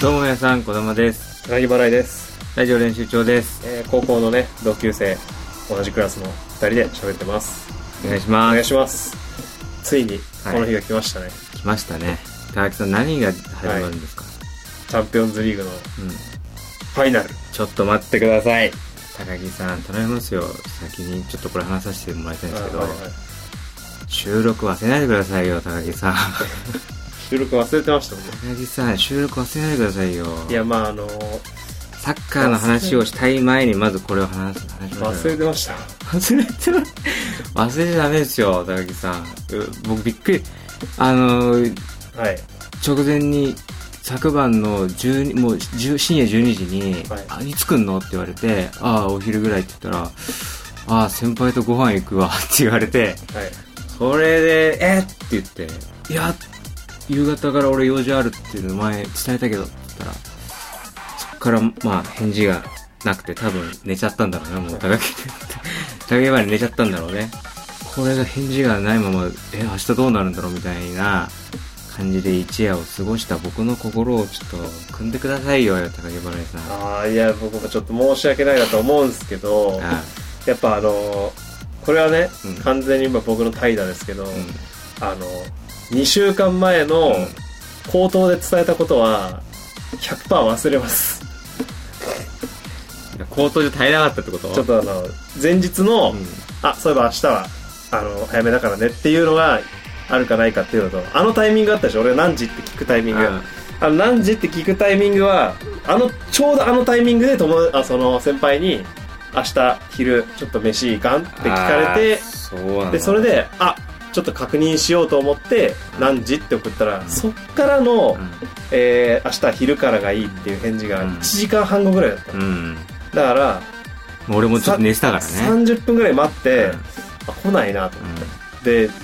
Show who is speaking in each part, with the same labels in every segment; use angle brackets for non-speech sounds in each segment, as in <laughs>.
Speaker 1: どうも皆さん、こだまです。
Speaker 2: 高木払いです、
Speaker 1: ラジオ練習長です。
Speaker 2: えー高校のね同級生同じクラスの2人で喋ってます
Speaker 1: お願いし
Speaker 2: お
Speaker 1: ま
Speaker 2: 願い
Speaker 1: す。
Speaker 2: しますついに
Speaker 1: はい
Speaker 2: この日が来ましたね、
Speaker 1: 来ましたね。高木さん、何が始まるんですか、
Speaker 2: チャンピオンズリーグのフ
Speaker 1: うん。
Speaker 2: ァイナル
Speaker 1: ちょっと待ってください。高木さん、頼みますよ。先にちょっとこれ話させてもらいたいんですけど、
Speaker 2: はいはいはい
Speaker 1: 収録忘れないでくださいよ、高木
Speaker 2: <laughs>
Speaker 1: さん。
Speaker 2: 収録忘れてましたもんね
Speaker 1: 高木さん、収録忘れないでくださいよ。
Speaker 2: いやまああのー
Speaker 1: サッカーの話をしたい前に、まずこれを話す。話しまし
Speaker 2: 忘
Speaker 1: ょう
Speaker 2: れ
Speaker 1: よ
Speaker 2: てました
Speaker 1: 忘れてない忘れちゃダメですよ、高木さん。う僕びっくり。あのー、
Speaker 2: はい
Speaker 1: 直前に昨晩の12もう10深夜12時に「
Speaker 2: はい
Speaker 1: あいつ来んの?」って言われて「ああお昼ぐらい」って言ったら「ああ先輩とご飯行くわ」って言われて
Speaker 2: はい
Speaker 1: それで「えっ?」って言って「いや夕方から俺用事あるっていうの前伝えたけど」って言ったらそっからまあ返事がなくて多分寝ちゃったんだろうなもう高木高木まで寝ちゃったんだろうねこれが返事がないままえ明日どうなるんだろうみたいな感じで一夜を過ごした僕の心をちょっと組んでくださいよ高木バレさんあ
Speaker 2: ああいや僕もちょっと申し訳ないなと思うんですけど
Speaker 1: あ
Speaker 2: やっぱあのーこれはね、
Speaker 1: うん
Speaker 2: 完全に今僕の怠惰ですけど、
Speaker 1: うん
Speaker 2: あの2週間前
Speaker 1: う
Speaker 2: の
Speaker 1: ん
Speaker 2: 口頭で伝えたことは100%忘れます
Speaker 1: 口頭じゃ耐えなかったってこと
Speaker 2: ちょっとあの前日の、
Speaker 1: うん
Speaker 2: あそういえば明日はあの早めだからねっていうのがあるかないかっていうのとあのタイミングあったでしょ俺何時って聞くタイミング
Speaker 1: あ
Speaker 2: あの何時って聞くタイミングはあのちょうどあのタイミングで友あその先輩に明日昼ちょっと飯行かんって聞かれ
Speaker 1: あーそうな
Speaker 2: て
Speaker 1: ん
Speaker 2: でそれであちょっと確認しようと思って何時って送ったらそっからの、えー明日昼からがいいっていう返事が
Speaker 1: うん
Speaker 2: 1時間半後ぐらいだった、
Speaker 1: うん、うん
Speaker 2: だから
Speaker 1: 俺もちょっと寝てたからね。
Speaker 2: 30分ぐらい待って、あ来ないなと
Speaker 1: うん
Speaker 2: 思って、なんか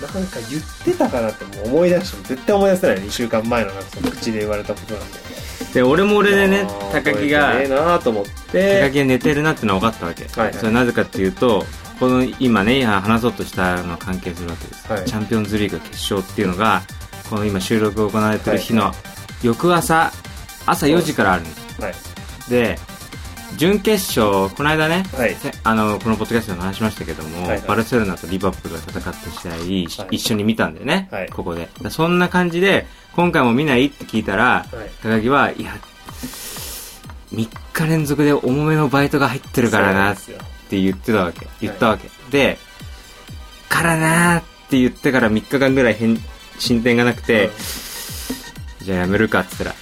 Speaker 2: 言ってたかなってもう思い出しても絶対思い出せない2週間前のなんかその口で言われたことなんで
Speaker 1: うんで、俺も俺でね、
Speaker 2: あー
Speaker 1: 高木が
Speaker 2: 覚、えてねえなと思っ
Speaker 1: 高
Speaker 2: て
Speaker 1: 木が寝てるなってのは分かったわけ。
Speaker 2: はいはい
Speaker 1: それなぜかっていうと、この今ね、話そうとしたのが関係するわけです、
Speaker 2: はい
Speaker 1: チャンピオンズリーグ決勝っていうのが、この今収録が行われてる日の翌朝、朝4時からあるんです。
Speaker 2: はい
Speaker 1: で、準決勝、この間ね、
Speaker 2: はい
Speaker 1: せあのこのポッドキャストでも話しましたけども、
Speaker 2: はいはい
Speaker 1: バルセロナとリバプールが戦った試合、
Speaker 2: はい
Speaker 1: 一緒に見たんだよね、
Speaker 2: はい
Speaker 1: ここでだそんな感じで今回も見ないって聞いたら
Speaker 2: はい
Speaker 1: 高木はいや3日連続で重めのバイトが入ってるからなっ
Speaker 2: そうなんですよ
Speaker 1: て言ってたわけ言ったわけ、でからなーって言ってから3日間ぐらい返進展がなくて、じゃあやめるかっつったら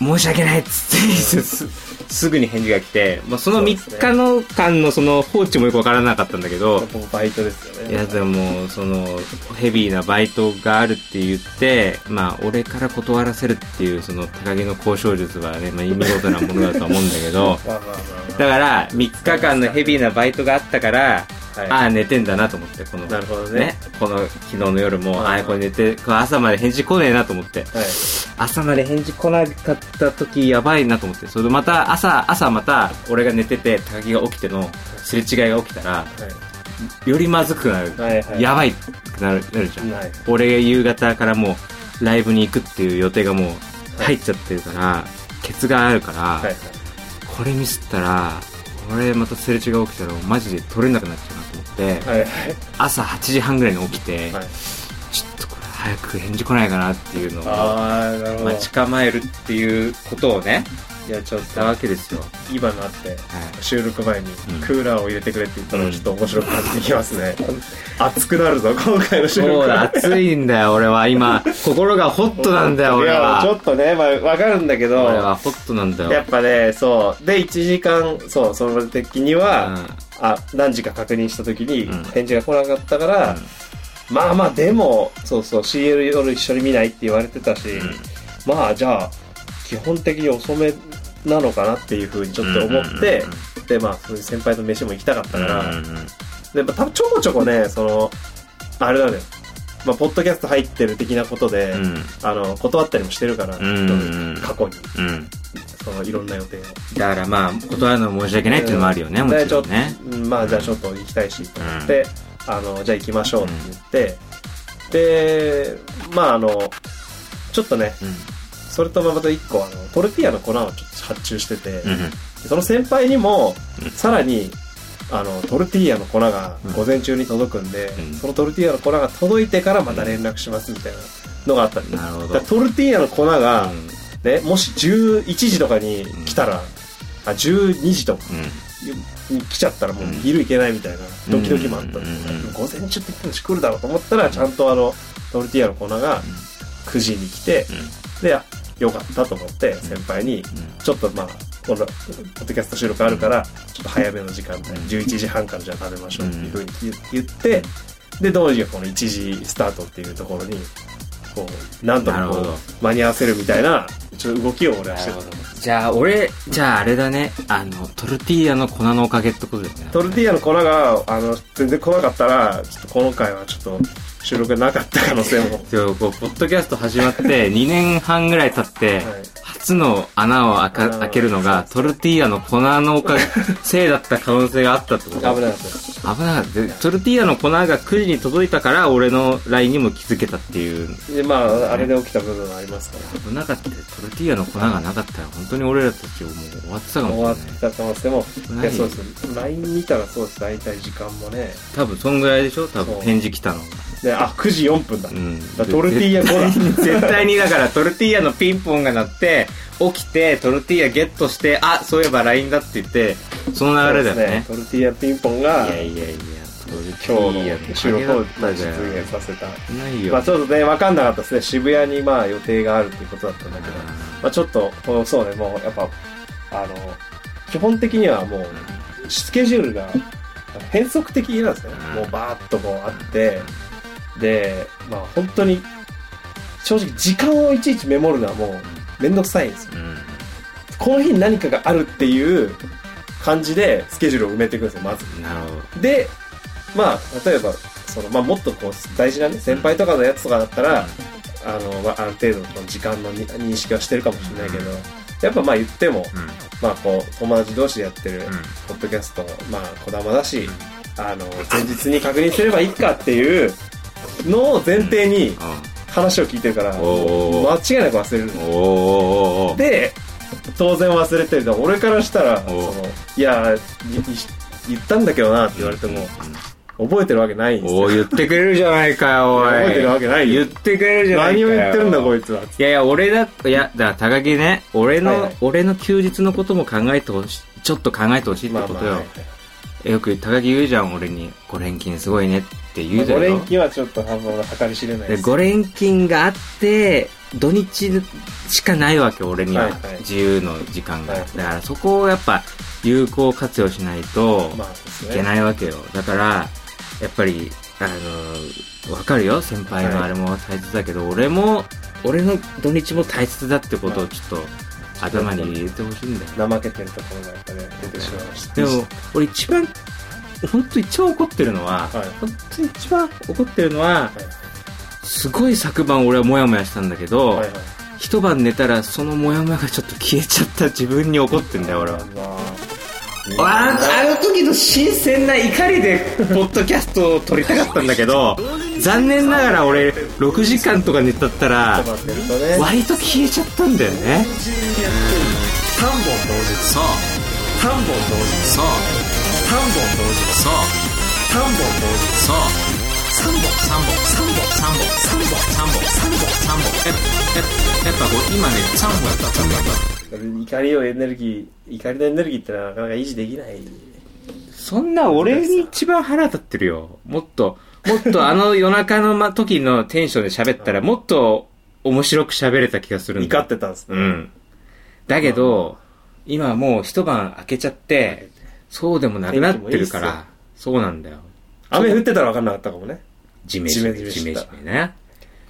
Speaker 1: 申し訳ないっつって <laughs> すすぐに返事が来て、まあ、その
Speaker 2: そうです
Speaker 1: 3
Speaker 2: ね
Speaker 1: 日の間のその放置もよくわからなかったんだけ
Speaker 2: うん
Speaker 1: ど
Speaker 2: 僕バイトですよね
Speaker 1: いやでもそのヘビーなバイトがあるって言ってまあ俺から断らせるっていうその高木の交渉術はね、まあ、見事なものだとは思うんだけ <laughs> ど
Speaker 2: まあまあ
Speaker 1: だ
Speaker 2: ま
Speaker 1: か
Speaker 2: あ
Speaker 1: ら3日間のヘビーなバイトがあったから
Speaker 2: まあ、はい、
Speaker 1: ああ寝てんだなと思ってこの
Speaker 2: なるほどね
Speaker 1: ねこの昨日の夜
Speaker 2: う
Speaker 1: も
Speaker 2: ん
Speaker 1: ああこれ寝てこれ朝まで返事来ねえなと思って
Speaker 2: はい
Speaker 1: 朝まで返事来なかった時やばいなと思ってそれでまた朝朝また俺が寝てて高木が起きてのすれ違いが起きたらよりまずくなる、
Speaker 2: はいはい
Speaker 1: やばいくなるなるじゃん、
Speaker 2: はい
Speaker 1: 俺が夕方からもうライブに行くっていう予定がもう
Speaker 2: は
Speaker 1: 入
Speaker 2: い
Speaker 1: っちゃってるから、ケツがあるから、
Speaker 2: はいはい
Speaker 1: これミスったら俺またすれ違いが起きたらマジで取れなくなっちゃうなと思って、
Speaker 2: はいはい
Speaker 1: 朝8時半ぐらいに起きて、
Speaker 2: はい
Speaker 1: ちょっとこれ早く返事来ないかなっていうのを
Speaker 2: ああなるほど
Speaker 1: 待ち構えるっていうことをね
Speaker 2: いやちょっ
Speaker 1: した
Speaker 2: と
Speaker 1: わけですよ、は
Speaker 2: 今のあって
Speaker 1: い、
Speaker 2: 収録前に
Speaker 1: ん
Speaker 2: クーラーを入れてくれって言ったのがちょっと面白く感じてきま
Speaker 1: <laughs>
Speaker 2: すね、熱くなるぞ今回の収録
Speaker 1: そうだ
Speaker 2: は
Speaker 1: 暑いんだよ俺は今心がホットなんだよ俺
Speaker 2: いやちょ
Speaker 1: は
Speaker 2: っとねまあわかるんだけど
Speaker 1: 俺はホットなんだ
Speaker 2: や
Speaker 1: よ
Speaker 2: っぱねそうで1時間そうその時には、あ何時か確認した時に
Speaker 1: うん
Speaker 2: 返事が来なかったから、まあまあでもそうそう CL 夜一緒に見ないって言われてたし、
Speaker 1: ん
Speaker 2: まあじゃあ基本的に遅めなのかなっていうふうにちょっと思って、
Speaker 1: うんうんうん
Speaker 2: でまあそういう先輩と飯も行きたかった
Speaker 1: う
Speaker 2: か
Speaker 1: ん
Speaker 2: ら、
Speaker 1: うんうん
Speaker 2: でまあ多分ちょこちょこねそのあれなのよまあ、ポッドキャスト入ってる的なことで、あの断ったりもしてるから、
Speaker 1: うんうん
Speaker 2: 過去に
Speaker 1: うんうん
Speaker 2: そのいろんな予定を
Speaker 1: だからまあ断るの申し訳ないっていうのもあるよね
Speaker 2: うん
Speaker 1: もちろん
Speaker 2: で
Speaker 1: ね
Speaker 2: ちょっとうんまあじゃあちょっと行きたいしと思って、あのじゃあ行きましょうって言って、でまああのちょっとね
Speaker 1: うん
Speaker 2: それとまた一個あのトルティーヤの粉をちょっと発注してて、
Speaker 1: うんうん。
Speaker 2: その先輩にも
Speaker 1: うん
Speaker 2: さらにあのトルティーヤの粉が
Speaker 1: うん
Speaker 2: 午前中に届くんで、
Speaker 1: うん
Speaker 2: そのトルティーヤの粉が届いてからまた連絡しますみたいなのがあったんで、
Speaker 1: なるほ
Speaker 2: だ
Speaker 1: ど。
Speaker 2: からトルティーヤの粉が、
Speaker 1: うん
Speaker 2: ね、もし11時とかに来たら、あ12時とかに来ちゃったらもう昼行けないみたいなドキドキもあったんで、
Speaker 1: うんうん
Speaker 2: 午前中って言ってたし来るだろうと思ったらちゃんとあのトルティーヤの粉が9時に来て、であよかったと思って先輩にちょっとまあ、この、ポッドキャスト収録あるから、ちょっと早めの時間帯、
Speaker 1: うん
Speaker 2: 11時半からじゃあ食べましょうっていうふうに言って、で、どうにかこの1時スタートっていうところに、こう、なんと
Speaker 1: な
Speaker 2: か
Speaker 1: る
Speaker 2: こ
Speaker 1: ほ
Speaker 2: う
Speaker 1: ど、
Speaker 2: 間に合わせるみたいな、ちょっと動きを俺はしてた。
Speaker 1: じゃあ、俺、じゃああれだね。あの、トルティーヤの粉のおかげってことだよね。
Speaker 2: トルティーヤの粉が、あの、全然来なかったら、ちょっと今回はちょっと収録なかった可能性も。
Speaker 1: でもこうポッドキャスト始まって2年半ぐらい経って、
Speaker 2: はい
Speaker 1: 初の穴を開か
Speaker 2: うん
Speaker 1: 開けるのがトルティーヤの粉のおかげ <laughs> せいだった可能性があったってこと
Speaker 2: 危なかったで
Speaker 1: 危なかったでトルティーヤの粉が9時に届いたから俺の LINE にも気づけたっていう
Speaker 2: す。で、まあ、あれで起きた部分はありますから。
Speaker 1: 危なかったよトルティーヤの粉がなかったら本当に俺らたちもう終わってたかもしれな
Speaker 2: 終わ
Speaker 1: い
Speaker 2: った可能性も。いや、そうです。LINE 見たらそうです。大体時間もね。
Speaker 1: 多分そんぐらいでしょ多
Speaker 2: そ
Speaker 1: 分
Speaker 2: う
Speaker 1: 返事来たの
Speaker 2: で、あ、9時4分だ。
Speaker 1: うん
Speaker 2: だからトルティーヤ粉だ。
Speaker 1: <laughs> 絶対にだからトルティーヤのピンポンが鳴って起きてトルティーヤゲットしてあそういえば LINE だって言ってその流れだよね
Speaker 2: そうですねトルティーヤピンポンが
Speaker 1: いやいやいやトルテ
Speaker 2: 今
Speaker 1: ィー
Speaker 2: 日
Speaker 1: ヤって
Speaker 2: の収録を
Speaker 1: だよ
Speaker 2: 実現させた。
Speaker 1: ないよ、
Speaker 2: まあちょっとね、わかんなかったですね。渋谷にまあ予定があるっていうことだったんだけど。まあちょっと、こうそうね、もうやっぱ、あの、基本的にはもう、スケジュールが変則的なんですね
Speaker 1: うん。
Speaker 2: もうバーッとこうあって、で、まあ本当に、正直時間をいちいちメモるのはもうめんどくさいんですよ。
Speaker 1: うん
Speaker 2: この日に何かがあるっていう感じでスケジュールを埋めていくんですよ、まず。
Speaker 1: なるほど
Speaker 2: で、まあ、例えば、その、まあ、もっとこう、大事なね、先輩とかのやつとかだったら、あの、まあ、ある程度の時間のに認識はしてるかもしれないけど、やっぱまあ言っても、
Speaker 1: うん
Speaker 2: まあこう、友達同士でやって
Speaker 1: う
Speaker 2: る、
Speaker 1: ん
Speaker 2: ポッドキャスト、まあ、こだまだし、あの、前日に確認すればいいかっていうのを前提に話を聞いてるから、
Speaker 1: おー
Speaker 2: 間違いなく忘れるんです
Speaker 1: うんおーおーおー
Speaker 2: で当然忘れてるだ俺からしたらそ
Speaker 1: おう
Speaker 2: のいやいい言ったんだけどなって言われても覚えてるわけないんです
Speaker 1: お
Speaker 2: よ
Speaker 1: ー言ってくれるじゃないかよおい
Speaker 2: 覚えてるわけない
Speaker 1: 言
Speaker 2: よ
Speaker 1: ってくれるじゃないか
Speaker 2: 何
Speaker 1: よ
Speaker 2: を言ってるんだこいつはい
Speaker 1: やいや、俺だ、いや、だから高木ね、俺の、
Speaker 2: はいはい
Speaker 1: 俺の休日のことも考えてほしい、ちょっと考えてほしいって
Speaker 2: まあ
Speaker 1: こ
Speaker 2: ま
Speaker 1: と
Speaker 2: あ
Speaker 1: よ。
Speaker 2: はい
Speaker 1: よく高木言うじゃん、俺に、五連勤すごいねって言うじゃ
Speaker 2: 五
Speaker 1: ん
Speaker 2: 連
Speaker 1: よ。
Speaker 2: 勤はちょっと半分計り知れないで
Speaker 1: です五連勤があって、土日しかないわけ、俺には。
Speaker 2: はいはい
Speaker 1: 自由の時間が。
Speaker 2: はい
Speaker 1: だからそこをやっぱ、有効活用しないと、
Speaker 2: まあです
Speaker 1: いけ
Speaker 2: ね
Speaker 1: ないわけよ。だから、やっぱり、あの、わかるよ。先輩の
Speaker 2: はい
Speaker 1: あれも大切だけど、俺も、俺の土日も大切だってこと
Speaker 2: は
Speaker 1: を
Speaker 2: い
Speaker 1: ちょっと頭に入れてほしいんだよ。
Speaker 2: 怠けてるところがやっぱね出てしまいました
Speaker 1: でも、俺一番、本当一番怒ってるのは、
Speaker 2: はい
Speaker 1: 本当に一番怒ってるのは、すごい昨晩俺はモヤモヤしたんだけど、
Speaker 2: はいはいはい
Speaker 1: 一晩寝たらそのモヤモヤがちょっと消えちゃった自分に怒ってんだよ、俺は。
Speaker 2: まあ
Speaker 1: ああの時の新鮮な怒りでポッドキャストを撮りたかったんだけど残念ながら俺6時間とか寝たったら
Speaker 2: ちょっと待ってるとね
Speaker 1: 割と消えちゃったんだよね
Speaker 2: 3本同時そう3本同時そう3本同時そう3本同時そう3本3本3本3本3本3本3本
Speaker 1: や
Speaker 2: 3本
Speaker 1: っぱ今ね3本だったんだ
Speaker 2: 怒りをエネルギー怒りのエネルギーってのはなかなか維持できない
Speaker 1: そんな俺に一番腹立ってるよもっともっとあ
Speaker 2: <laughs>
Speaker 1: の夜中のま時のテンションで喋ったらもっと面白く喋れた気がするんだ
Speaker 2: 怒ってたんですね、
Speaker 1: うん。だけど、今はもう一晩開けちゃって、そうでもなくなってるか
Speaker 2: 天気もいい
Speaker 1: ら、そうなんだよ。
Speaker 2: 雨降ってたら分かんなかったかもね
Speaker 1: ジメジメ、
Speaker 2: ジ
Speaker 1: ジ
Speaker 2: メ
Speaker 1: メ
Speaker 2: ジ
Speaker 1: ジ
Speaker 2: メ
Speaker 1: メ
Speaker 2: した
Speaker 1: ね。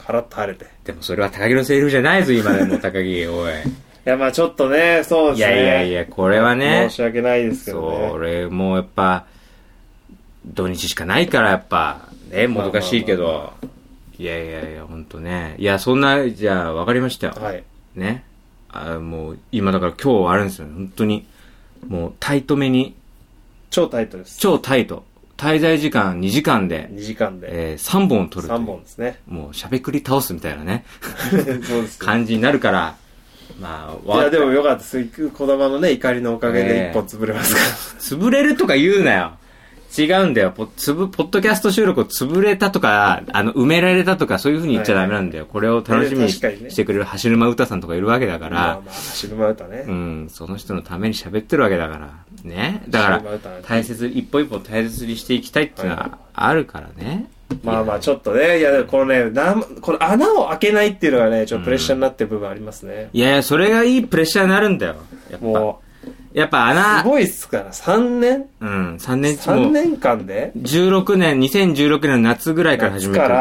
Speaker 2: カラッと晴れてい
Speaker 1: でもそれは高木のセリフじゃないぞ、今でも高木、
Speaker 2: <laughs>
Speaker 1: おい。
Speaker 2: やまあちょっとねそうで
Speaker 1: い
Speaker 2: す
Speaker 1: や
Speaker 2: ね
Speaker 1: いやいや、これはね
Speaker 2: 申、し訳ないですけどね
Speaker 1: そう、俺もやっぱ、土日しかないからやっぱ、ね、もどかしいけ
Speaker 2: まあまあ
Speaker 1: ど、いやいやいや、ほんとね。いや、そんな、じゃあ、わかりましたよ。
Speaker 2: はい
Speaker 1: ね。あもう、今だから今日はあれですよね、本当に。もう、タイトめに、
Speaker 2: 超タイトです
Speaker 1: 超タイト。滞在時間2時間で、
Speaker 2: 2時間で
Speaker 1: え3本取るという <laughs>
Speaker 2: 3本ですね <laughs>
Speaker 1: もうしゃべくり倒すみたいなね、
Speaker 2: そうですね
Speaker 1: 感じになるから、まあ、
Speaker 2: いや、でも
Speaker 1: わ
Speaker 2: よかったです。小玉のね、怒りのおかげで一本潰れますから。
Speaker 1: 潰れるとか言うなよ。違うんだよ。ポつぶポッドキャスト収録を潰れたとか、あの、埋められたとか、そういう風に言っちゃダメなんだよ。これを楽しみにし
Speaker 2: えー確かにね
Speaker 1: してくれる橋沼歌さんとかいるわけだか
Speaker 2: まあ
Speaker 1: ら、
Speaker 2: まあ、シルマ歌ね。
Speaker 1: うん、その人のために喋ってるわけだから。ね。だか
Speaker 2: シルバーウタ
Speaker 1: ら
Speaker 2: ー、
Speaker 1: 大切、一歩一歩大切にしていきたいっていうの
Speaker 2: はい
Speaker 1: はあるからね。
Speaker 2: まあまあ、ちょっとね、いや、でもこのね、なんこの穴を開けないっていうのがね、ちょっとプレッシャーになってる部分ありますね。
Speaker 1: いやいや、それがいいプレッシャーになるんだよ。やっぱ
Speaker 2: も、
Speaker 1: やっぱ
Speaker 2: う、す
Speaker 1: 穴、
Speaker 2: ごいっすから、3年
Speaker 1: うん、3年中も
Speaker 2: ?3 年間で
Speaker 1: 16年、2016年の夏ぐらいから始めてるか
Speaker 2: 夏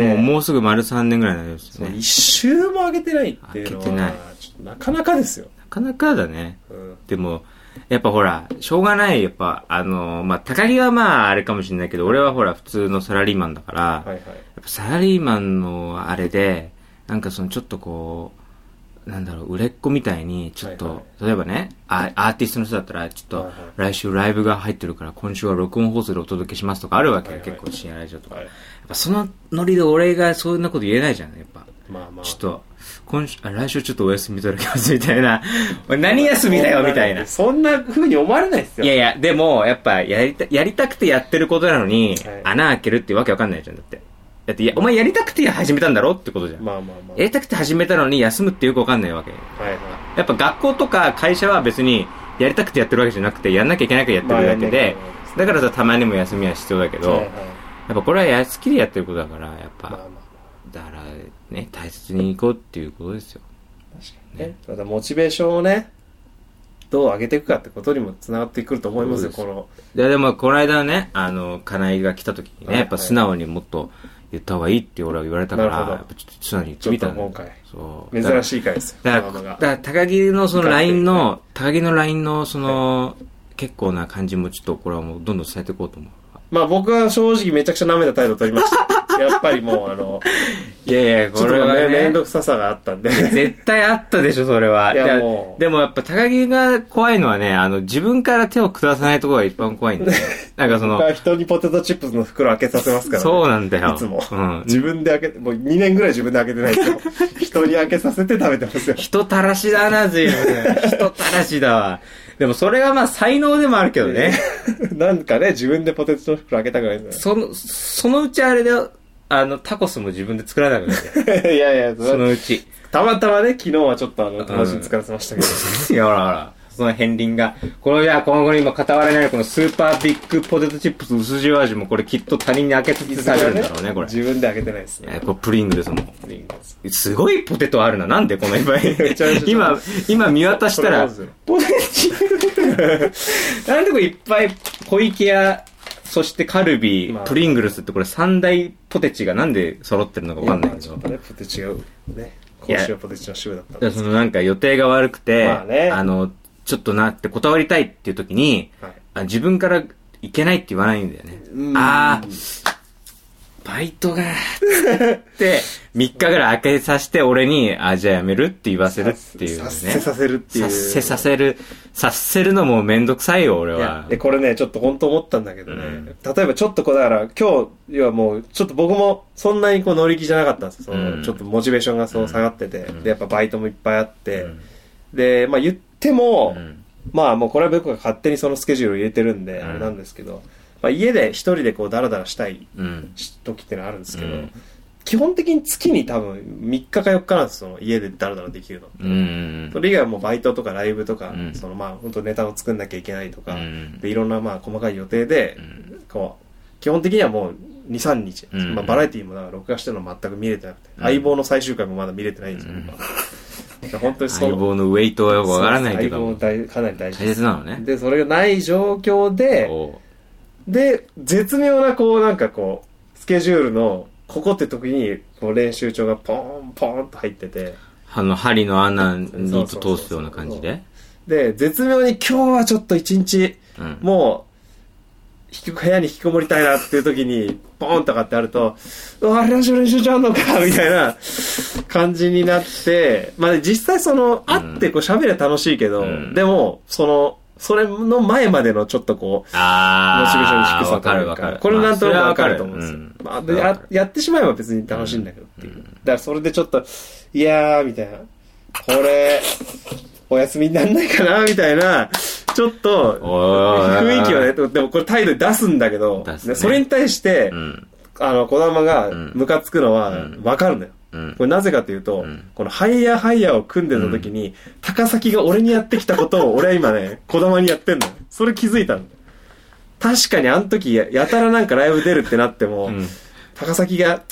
Speaker 1: ら、
Speaker 2: から
Speaker 1: もうもうすぐ丸3年ぐらいになります
Speaker 2: そう
Speaker 1: よね。
Speaker 2: 一周も上げてないっていうの
Speaker 1: 上
Speaker 2: は、
Speaker 1: げてない
Speaker 2: ちょっとなかなかですよ。
Speaker 1: なかなかだね。
Speaker 2: うん。
Speaker 1: でも、やっぱほら、しょうがない、やっぱ、あの、まあ、高木はまあ、あれかもしれないけど、俺はほら、普通のサラリーマンだから、
Speaker 2: はいはい。
Speaker 1: やっぱサラリーマンのあれで、なんかそのちょっとこう、なんだろう、売れっ子みたいに、ちょっと、
Speaker 2: はいは
Speaker 1: 例えばねあ、アーティストの人だったら、ちょっ
Speaker 2: はい
Speaker 1: と
Speaker 2: はい、
Speaker 1: 来週ライブが入ってるから、今週は録音放送でお届けしますとかあるわけよ、
Speaker 2: はいはい
Speaker 1: 結構深夜ラジオとか。
Speaker 2: はい
Speaker 1: やっぱそのノリで俺がそんなこと言えないじゃん、やっぱ。
Speaker 2: まあまあ。
Speaker 1: ちょっと、今週、あ来週ちょっとお休みいただきますみたいな。 <laughs> おい何休みだよ、みたいな。
Speaker 2: そんな風に思われないですよ。
Speaker 1: いやいや、でも、やっぱ、やりた、やりたくてやってることなのに、
Speaker 2: はい
Speaker 1: 穴開けるってわけわかんないじゃん、だって。だって、いや、お前やりたくて始めたんだろってことじゃん。
Speaker 2: まあまあまあ。
Speaker 1: やりたくて始めたのに休むってよくわかんないわけ。や
Speaker 2: はいはい。
Speaker 1: っぱ学校とか会社は別に、やりたくてやってるわけじゃなくて、やんなきゃいけないからやってるだけ
Speaker 2: まあやん
Speaker 1: で
Speaker 2: なきゃいけないで、す
Speaker 1: だからさ、たまにも休みは必要だけど、
Speaker 2: はいはい
Speaker 1: やっぱこれはや好きでやってることだから、やっ
Speaker 2: まあま
Speaker 1: ぱ、
Speaker 2: あ。
Speaker 1: だから、ね、大切に行こうっていうことですよ。
Speaker 2: 確かにね。またモチベーションをね、どう上げていくかってことにもつながってくると思いますよ、
Speaker 1: そ
Speaker 2: こ
Speaker 1: うです
Speaker 2: の。
Speaker 1: いやでもこの間ねあの金井が来た時にね、
Speaker 2: はい
Speaker 1: やっぱ素直にもっと言った方がいいって俺は言われたから
Speaker 2: なるほど
Speaker 1: やっぱちょっと素直に言ってみたんだ
Speaker 2: ちょっと今回
Speaker 1: そう
Speaker 2: 珍しい回ですよ。
Speaker 1: だ
Speaker 2: ド
Speaker 1: か
Speaker 2: ラマ
Speaker 1: らだ
Speaker 2: が
Speaker 1: から高木のその
Speaker 2: 向かって
Speaker 1: LINE の高木の LINE のその、結構な感じもちょっとこれはもうどんどん伝えていこうと思う
Speaker 2: まあ僕は正直めちゃくちゃ舐めた態度取りました。やっぱりもうあの、
Speaker 1: いやいや
Speaker 2: ちょ
Speaker 1: <laughs> こ
Speaker 2: っ
Speaker 1: れ
Speaker 2: と
Speaker 1: は
Speaker 2: ね、
Speaker 1: ね
Speaker 2: めんどくささがあったんで。
Speaker 1: 絶対あったでしょそれはい
Speaker 2: や
Speaker 1: いや
Speaker 2: もう
Speaker 1: でもやっぱ高木が怖いのはねあの自分から手を下さないところが一番怖いんだよ
Speaker 2: <laughs>
Speaker 1: なんかその
Speaker 2: 僕は人にポテトチップスの袋開けさせますからね。
Speaker 1: そうなんだよ
Speaker 2: いつも。
Speaker 1: うん
Speaker 2: 自分で開けて、もう2年ぐらい自分で開けてないですよ。人に開けさせて食べてま
Speaker 1: <laughs>
Speaker 2: すよ。
Speaker 1: 人たらしだな、随
Speaker 2: <laughs>
Speaker 1: 分。人たらしだわ。でもそれがまあ才能でもあるけどね。
Speaker 2: なんかね、自分でポテトの袋開けたくないです
Speaker 1: その、そのうちあれだよ。あの、タコスも自分で作らなくなる。 <laughs>
Speaker 2: ね。いやいや、そ
Speaker 1: そ
Speaker 2: の
Speaker 1: のうち。
Speaker 2: たまたまね、昨日はちょっとあの、友達に作らせ
Speaker 1: <laughs>
Speaker 2: ましたけど。
Speaker 1: いや、ほらほら。その片鱗が。この、じゃあ今後に今片割れになるこのスーパービッグポテトチップス薄塩味もこれきっと他人に開けさせて食べるんだろうね、これ。
Speaker 2: 自分で開けてないですね。
Speaker 1: え、これプリングですもん。
Speaker 2: プリングです
Speaker 1: すごいポテトあるな。なんでこの今
Speaker 2: めちゃめちゃ、
Speaker 1: 今、今見渡したら
Speaker 2: それは、
Speaker 1: ポテチ、なんでこれいっぱい、小池屋、そしてカルビー、
Speaker 2: まあ
Speaker 1: プリングルスってこれ三大ポテチがなんで揃ってるのかわかんないけ
Speaker 2: ち
Speaker 1: ど。
Speaker 2: ょっとね、ポテチが、ね、
Speaker 1: い
Speaker 2: 甲
Speaker 1: や
Speaker 2: 州ポテチの週だったん
Speaker 1: だから
Speaker 2: で
Speaker 1: そのなんか予定が悪くて、
Speaker 2: まあね
Speaker 1: の、ちょっとなって断りたいっていう時に、
Speaker 2: はい
Speaker 1: あ自分からいけないって言わないんだよね。
Speaker 2: うん
Speaker 1: あーバイトが、って、3日
Speaker 2: <laughs>
Speaker 1: ぐらい開けさせて、俺に、あ、じゃあやめるって言わせるっていうね。
Speaker 2: 察せさせるっていう
Speaker 1: 察せさせる。察せるのもめんどくさいよ、俺
Speaker 2: いや
Speaker 1: は。
Speaker 2: で、これね、ちょっと本当思ったんだけどね。
Speaker 1: うん
Speaker 2: 例えばちょっとこう、だから今日、要はもう、ちょっと僕もそんなにこう乗り気じゃなかったんですよ。その
Speaker 1: うん
Speaker 2: ちょっとモチベーションがそう下がってて、
Speaker 1: うん
Speaker 2: で、やっぱバイトもいっぱいあって、
Speaker 1: うん
Speaker 2: で、まあ言っても、
Speaker 1: うん
Speaker 2: まあもうこれは僕が勝手にそのスケジュールを入れてるんで、
Speaker 1: うん
Speaker 2: あれなんですけど、まあ家で一人でこうダラダラしたい
Speaker 1: うん。
Speaker 2: 時ってのはあるんですけど、
Speaker 1: うん
Speaker 2: 基本的に月に多分3日か4日なんですよ、その家でダラダラできるの。
Speaker 1: うん。うん
Speaker 2: それ以外はもうバイトとかライブとか、
Speaker 1: うん
Speaker 2: そのまあ本当ネタを作んなきゃいけないとか、
Speaker 1: うん
Speaker 2: でいろんなまあ細かい予定で、こう基本的にはもう23日、
Speaker 1: うん
Speaker 2: まあ、バラエティーもだから録画してるの全く見れてなくて、
Speaker 1: うん
Speaker 2: 相棒の最終回もまだ見れてないんですよ、僕はだから本当にそ
Speaker 1: 相
Speaker 2: の
Speaker 1: 棒のウェイトはよくわからないけ
Speaker 2: 相棒
Speaker 1: ど、
Speaker 2: 大かなり大事
Speaker 1: 大切なのね。
Speaker 2: でそれがない状況で
Speaker 1: おう
Speaker 2: で絶妙なこうなんかこうスケジュールのここって時にこう練習帳がポーンポーンと入ってて
Speaker 1: あの、針の穴に糸
Speaker 2: そうそうそうそう
Speaker 1: 通すような感じで。
Speaker 2: で絶妙に今日はちょっと一日
Speaker 1: うん
Speaker 2: もう、ひき部屋に引きこもりたいなっていう時に、ポーンとかってあると、うわ、練習練習ちゃうのか、 <laughs> みたいな感じになって、まあ、実際その、会ってこう喋りゃ楽しいけど、
Speaker 1: うん
Speaker 2: でも、その、それの前までのちょっとこう、モチベーションの
Speaker 1: あ
Speaker 2: 低
Speaker 1: ー、
Speaker 2: さ
Speaker 1: わ
Speaker 2: と
Speaker 1: か
Speaker 2: い
Speaker 1: る
Speaker 2: う
Speaker 1: わかる。
Speaker 2: これなんとなくわかると思うん
Speaker 1: まあ
Speaker 2: です
Speaker 1: そ
Speaker 2: よ
Speaker 1: れはわ。
Speaker 2: まあ、
Speaker 1: か
Speaker 2: で
Speaker 1: るうん
Speaker 2: ややってしまえば別に楽しいんだけどっていう。だからそれでちょっと、いやー、みたいな。これ、お休みになんないかなみたいな、ちょっと、
Speaker 1: おいおいおい
Speaker 2: 雰囲気をね、でもこれ態度出すんだけど、
Speaker 1: 出すね
Speaker 2: それに対して、
Speaker 1: うん。
Speaker 2: あの、小玉が
Speaker 1: ん
Speaker 2: ムカつくのは
Speaker 1: ん
Speaker 2: わかるのよ。
Speaker 1: うん
Speaker 2: これなぜかというと、
Speaker 1: ん
Speaker 2: このハイヤーハイヤーを組んでた時に、高崎が俺にやってきたこと
Speaker 1: <laughs>
Speaker 2: を俺は今ね、小玉にやってんの。それ気づいたの。確かにあの時ややたらなんかライブ出るってなっても、
Speaker 1: うん
Speaker 2: 高崎が、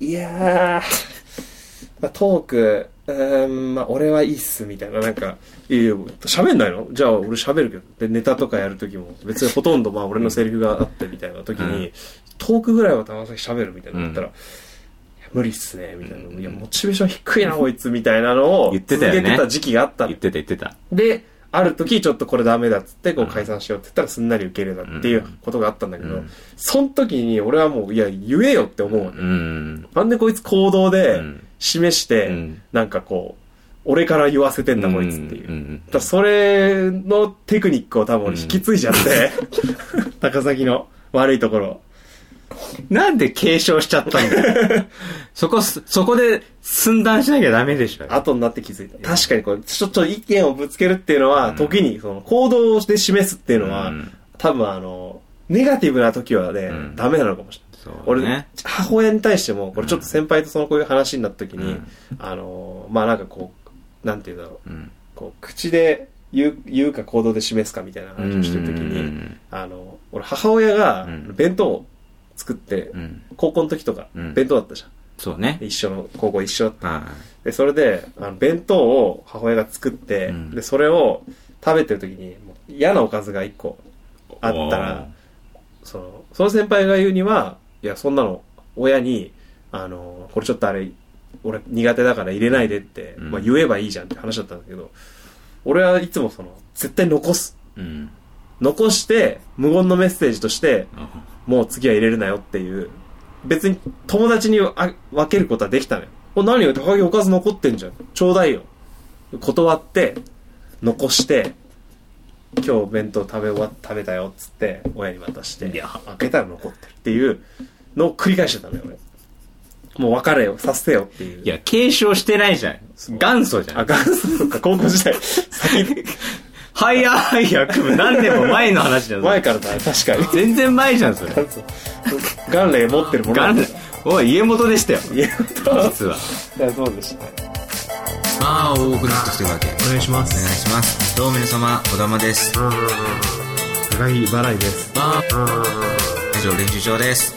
Speaker 2: いやー、まあ、トーク、うーん、まあ俺はいいっす、みたいな、なんか、いやいや、喋んないのじゃあ俺喋るけど。で、ネタとかやるときも、別にほとんどまあ俺のセリフがあってみたいなときに、
Speaker 1: うん
Speaker 2: トークぐらいは高崎喋るみたいなの
Speaker 1: うん
Speaker 2: 言ったら、いや無理っすね、みたいな。いや、モチベーション低いな、こいつ、みたいなのを、
Speaker 1: 言ってたよね
Speaker 2: 続けてた時期があったの
Speaker 1: 言ってた言ってた。
Speaker 2: で、ある時ちょっとこれダメだっつって、こう解散しようって言ったらすんなり受け入れたっていうことがあったんだけ
Speaker 1: う
Speaker 2: ど、
Speaker 1: ん
Speaker 2: その時に俺はもう、いや、言えよって思うわけ。
Speaker 1: うん。
Speaker 2: なんでこいつ行動
Speaker 1: う
Speaker 2: で
Speaker 1: ん
Speaker 2: 示して、
Speaker 1: うん
Speaker 2: なんかこう、俺から言わせてんだこいつってい
Speaker 1: うんうん
Speaker 2: う。
Speaker 1: うん
Speaker 2: だからそれのテクニックを多分俺引き継いじゃ <laughs> って、高崎の悪いところ。
Speaker 1: なんで継承しちゃったんだよ <laughs> そこす、そこで寸断しなきゃダメでしょ。
Speaker 2: 後になって気づいた。確かにこれ、ちょっと意見をぶつけるっていうのは、時にその行動で示すっていうのは、
Speaker 1: うん
Speaker 2: 多分あの、ネガティブな時はね、
Speaker 1: ん
Speaker 2: ダメなのかもしれない。
Speaker 1: そう
Speaker 2: 俺
Speaker 1: ね
Speaker 2: ね、母親に対しても、これちょっと先輩とそのこういう話になった時に、
Speaker 1: うん
Speaker 2: あの、まあなんかこう、なんて言うんだろう。
Speaker 1: うん。
Speaker 2: こう口で言う言うか行動で示すかみたいな話をしてる時に、
Speaker 1: うん
Speaker 2: あの俺母親が
Speaker 1: うん
Speaker 2: 弁当を作って、
Speaker 1: うん。
Speaker 2: 高校の時とか
Speaker 1: うん
Speaker 2: 弁当だったじゃん、
Speaker 1: そうね。
Speaker 2: 一緒の高校一緒だった
Speaker 1: は
Speaker 2: でそれであの弁当を母親が作って、
Speaker 1: うん
Speaker 2: でそれを食べてる時にもう嫌なおかずが一個
Speaker 1: い。
Speaker 2: あったらそのその先輩が言うにはいやそんなの親にあのこれちょっとあれ俺苦手だから入れないでって、
Speaker 1: うん
Speaker 2: まあ、言えばいいじゃんって話だったんだけど俺はいつもその絶対残す
Speaker 1: おー、うん。
Speaker 2: 残して無言のメッセージとしてもう次は入れるなよっていう別に友達にあ分けることはできたのよお何よ高木おかず残ってんじゃんちょうだいよ断って残して今日弁当食べ終わ食べたよっつって親に渡して
Speaker 1: いや
Speaker 2: 開けたら残ってるっていうのを繰り返してたのよ俺もう別れよさせてよっていう
Speaker 1: いや、継承してないじゃん。元祖じゃ
Speaker 2: あ
Speaker 1: ん。
Speaker 2: ガンスとか高校時代先
Speaker 1: ハイヤーハイヤー組む何年も前の話じゃん。それ
Speaker 2: 前からだ確かに
Speaker 1: 全然前じゃん、それ。
Speaker 2: 元来持ってるもの
Speaker 1: 元おい、家元でしたよ。
Speaker 2: いや
Speaker 1: 実は。
Speaker 2: そうでした
Speaker 1: まあ、多くなってきてるわけ。お願いします。お願いします。どうも皆様、小玉です。
Speaker 2: 高木払いです
Speaker 1: 以上、練習場です。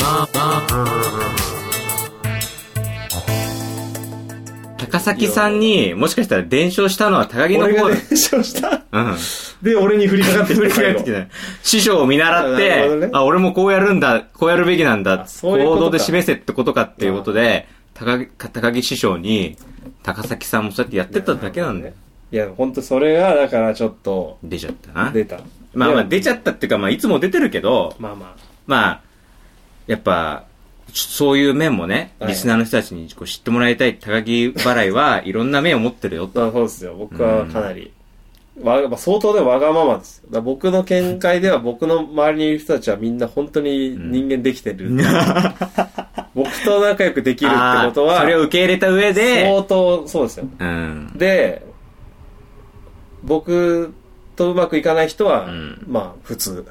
Speaker 1: 高崎さんに、もしかしたら伝承したのは高木の
Speaker 2: 俺が
Speaker 1: 方だ。
Speaker 2: 連勝した
Speaker 1: うん。
Speaker 2: で俺に振りかかってき
Speaker 1: 振
Speaker 2: て
Speaker 1: り返ってき
Speaker 2: 最後
Speaker 1: て師匠を見習っ
Speaker 2: なるほ
Speaker 1: て、
Speaker 2: どね
Speaker 1: あ、俺もこうやるんだ、こうやるべきなんだ
Speaker 2: あ、そういうこと
Speaker 1: 行
Speaker 2: か
Speaker 1: 動で示せってことかっていうことで、高木高木師匠に、高崎さんもそうやってやってただけなんだよ。
Speaker 2: いや本当それがだからちょっと
Speaker 1: 出ちゃったな。
Speaker 2: 出た
Speaker 1: まあまあ
Speaker 2: で
Speaker 1: 出ちゃったっていうか、まあいつも出てるけど、
Speaker 2: まあま
Speaker 1: まあ、やっぱ、ちそういう面もね、
Speaker 2: はい
Speaker 1: リスナーの人たちにこう知ってもらいたい高木払い
Speaker 2: <laughs>
Speaker 1: は、いろんな面を持ってるよと。
Speaker 2: あまあそうですよ僕はかなりわまあ相当でわがままですよだから僕の見解 <laughs> では僕の周りにいる人たちはみんな本当に人間できてる、 <laughs> 僕と仲良くできるってこと
Speaker 1: あー
Speaker 2: は
Speaker 1: それを受け入れた上で、
Speaker 2: 相当そうですよ
Speaker 1: うん。
Speaker 2: で僕とうまくいかない人は、
Speaker 1: うん
Speaker 2: まあ普通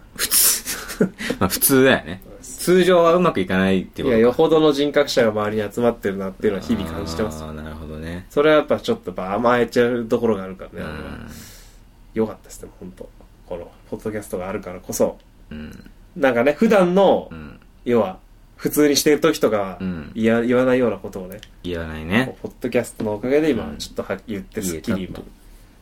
Speaker 1: まあ普通だよね。通常はうまくいかないって
Speaker 2: い
Speaker 1: こと
Speaker 2: や
Speaker 1: か
Speaker 2: よほどの人格者が周りに集まってるなっていうのは日々感じてます
Speaker 1: あーなるほどね。
Speaker 2: それはやっぱちょっとやっぱ甘えちゃうところがあるから
Speaker 1: う
Speaker 2: ね俺は
Speaker 1: ん。
Speaker 2: よかったですね本当このポッドキャストがあるからこそ
Speaker 1: うん。
Speaker 2: なんかね普段の、
Speaker 1: うん。
Speaker 2: 要は普通にしてる時とかは、
Speaker 1: うん
Speaker 2: いや言わないようなことをね
Speaker 1: 言わない
Speaker 2: こ
Speaker 1: ね。
Speaker 2: うポッドキャストのおかげで今、
Speaker 1: うん
Speaker 2: ちょっとは言ってすっきり今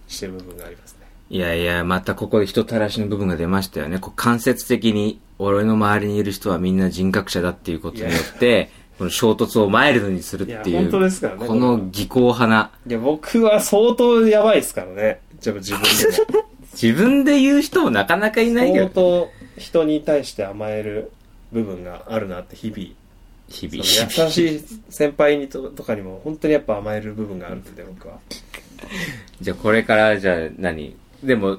Speaker 2: してる部分がありますね
Speaker 1: いやいや、またここで人たらしの部分が出ましたよね。こう間接的に、俺の周りにいる人はみんな人格者だっていうことによって、この衝突をマイルドにするって
Speaker 2: い
Speaker 1: い
Speaker 2: や
Speaker 1: う。
Speaker 2: 本当ですからね
Speaker 1: この技巧派な。
Speaker 2: いや僕は相当やばいですからねじゃあ自分でも
Speaker 1: 自分で言う人もなかなかい <laughs> ないけ
Speaker 2: 相
Speaker 1: ど。
Speaker 2: 当人に対して甘える部分があるなって日々
Speaker 1: 日々。
Speaker 2: その優しい先輩にととかにも本当にやっぱ甘える部分があるんで僕は
Speaker 1: じゃあこれから、じゃあ何でも、